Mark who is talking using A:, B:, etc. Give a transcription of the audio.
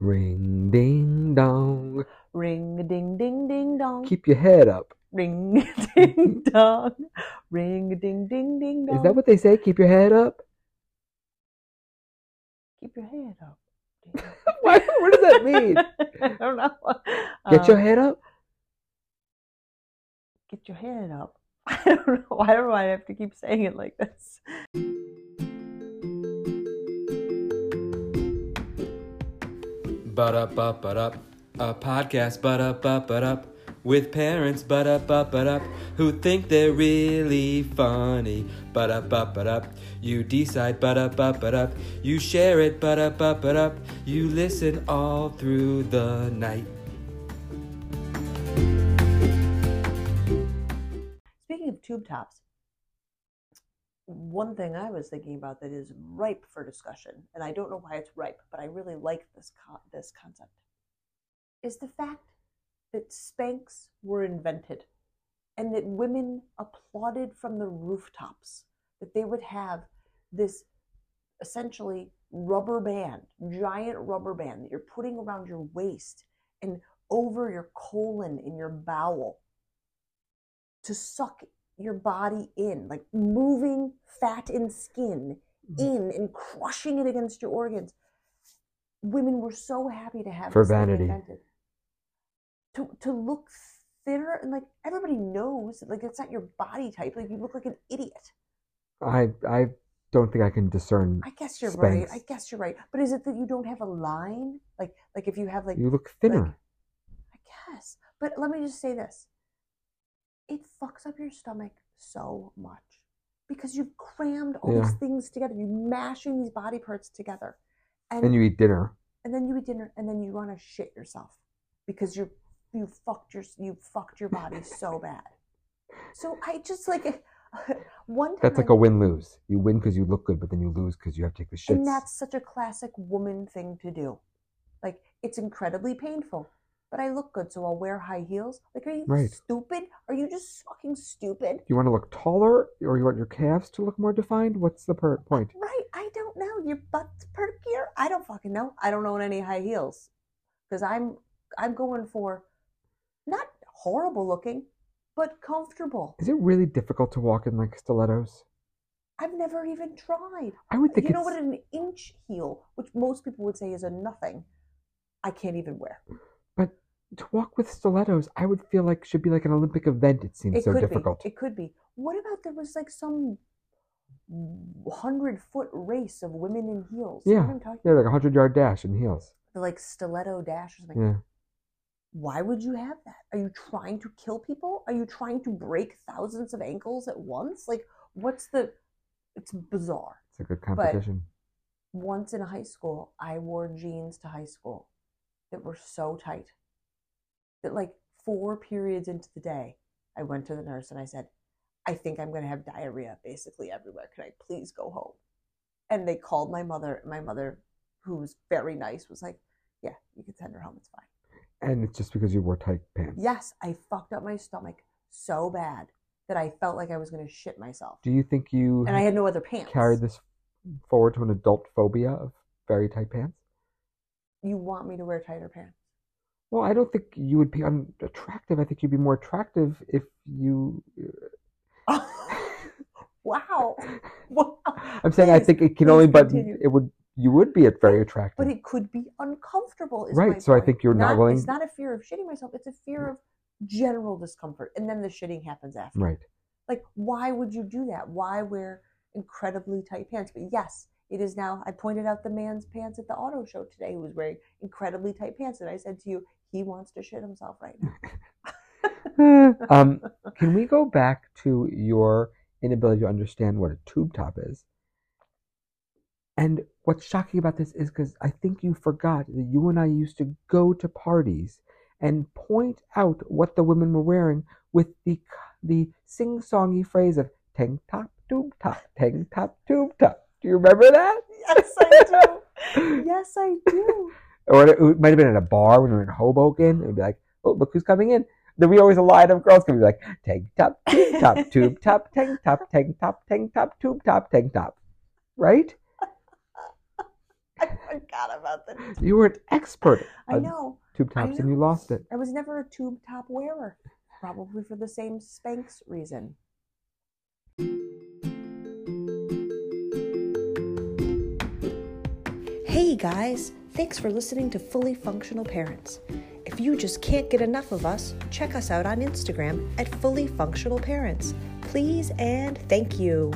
A: Ring ding dong.
B: Ring a ding ding ding dong.
A: Keep your head up.
B: Ring a ding dong. Ring a ding ding ding dong.
A: Is that what they say? Keep your head up?
B: Keep your head up.
A: what, what does that mean?
B: I don't know.
A: Get your
B: Um,
A: head up?
B: Get your head up. I don't know. Why do I have to keep saying it like this?
A: But up, up, but up. A podcast, but up, up, but up. With parents, but up, up, but up. Who think they're really funny. But up, up, but up. You decide, but up, up, but up. You share it, but up, up, but up. You listen all through the night.
B: Speaking of tube tops, one thing I was thinking about that is ripe for discussion, and I don't know why it's ripe, but I really like this co- this concept, is the fact that Spanx were invented, and that women applauded from the rooftops that they would have this essentially rubber band, giant rubber band that you're putting around your waist and over your colon in your bowel to suck your body in, like moving fat and skin
A: Mm-hmm.
B: in and crushing it against your organs. Women were so happy to have
A: For
B: this thing
A: vanity.
B: invented. To to look thinner and like everybody knows, like it's not your body type. Like you look like an idiot.
A: I, I don't think I can discern.
B: I guess you're right. I
A: Spanx.
B: guess you're right. But is it that you don't have a line? Like like if you have like
A: You look thinner.
B: I guess. But let me just say this. It fucks up your stomach so much because you've crammed all these
A: Yeah.
B: things together. You're mashing these body parts together. And,
A: And
B: and,
A: you eat dinner.
B: then you eat dinner and then you want to shit yourself because you're you fucked your you fucked your body so bad. So I just like one time
A: That's like a win lose. You win because you look good, but then you lose because you have to take the shits.
B: And that's such a classic woman thing to do. Like, it's incredibly painful, but I look good, so I'll wear high heels. Like, are you
A: Right.
B: stupid? Are you just fucking stupid?
A: you want to look taller or you want your calves to look more defined? What's the per- point?
B: Right. I don't know. Your butt's perkier. I don't fucking know. I don't own any high heels because I'm I'm going for not horrible looking, but comfortable.
A: Is it really difficult to walk in like stilettos?
B: I've never even tried.
A: I would think
B: You know
A: it's
B: what an inch heel, which most people would say is a nothing. I can't even wear.
A: to walk with stilettos. I would feel like should be like an Olympic event. It seems
B: It
A: so
B: could
A: difficult.
B: be. It could be. What about there was like some hundred foot race of women in heels? You know
A: Yeah.
B: what I'm talking
A: yeah, like a hundred yard dash in heels.
B: about? Like stiletto dash or something.
A: Yeah,
B: Why would you have that? Are you trying to kill people? Are you trying to break thousands of ankles at once? Like, what's the? It's bizarre.
A: it's a good competition.
B: Once in high school, I wore jeans to high school that were so tight that like four periods into the day, I went to the nurse and I said, I think I'm going to have diarrhea basically everywhere. Can I please go home? And they called my mother. My mother, who was very nice, was like, Yeah, you can send her home. It's fine.
A: And it's just because you wore tight pants.
B: Yes, I fucked up my stomach so bad that I felt like I was going to shit myself.
A: Do you think you
B: And I had no other pants.
A: carried this forward to an adult phobia of very tight pants?
B: you want me to wear tighter pants?
A: Well, I don't think you would be unattractive. I think you'd be more attractive if you.
B: wow. Wow.
A: I'm saying I
B: Please,
A: think it can
B: please
A: only, but
B: continue.
A: it would you would be at very attractive.
B: But it could be uncomfortable. Is
A: Right,
B: my
A: so I
B: point.
A: think you're not willing-
B: It's not a fear of shitting myself. It's a fear of general discomfort, and then the shitting happens after.
A: right.
B: Like, why would you do that? Why wear incredibly tight pants? But yes, it is now. I pointed out the man's pants at the auto show today who was wearing incredibly tight pants, and I said to you, he wants to shit himself right now.
A: um, can we go back to your inability to understand what a tube top is? And what's shocking about this is because I think you forgot that you and I used to go to parties and point out what the women were wearing with the the sing-songy phrase of tank top, tube top, tank top, tube top. Do you remember that?
B: yes, I do. Yes, I do.
A: or it- it might have been at a bar when we were in Hoboken. It would be like, oh, look who's coming in. There'd be always a line of girls coming like, tank top, tube top, tube top, tank top, tank top, tank top, tube top, tank top. Right?
B: I forgot about the.
A: You were an expert
B: I
A: Uh,
B: know.
A: tube
B: I
A: tops and you
B: know.
A: lost it.
B: I was never a tube top wearer, probably for the same Spanx reason. Hey guys, thanks for listening to Fully Functional Parents. If you just can't get enough of us, check us out on Instagram at Fully Functional Parents. Please and thank you.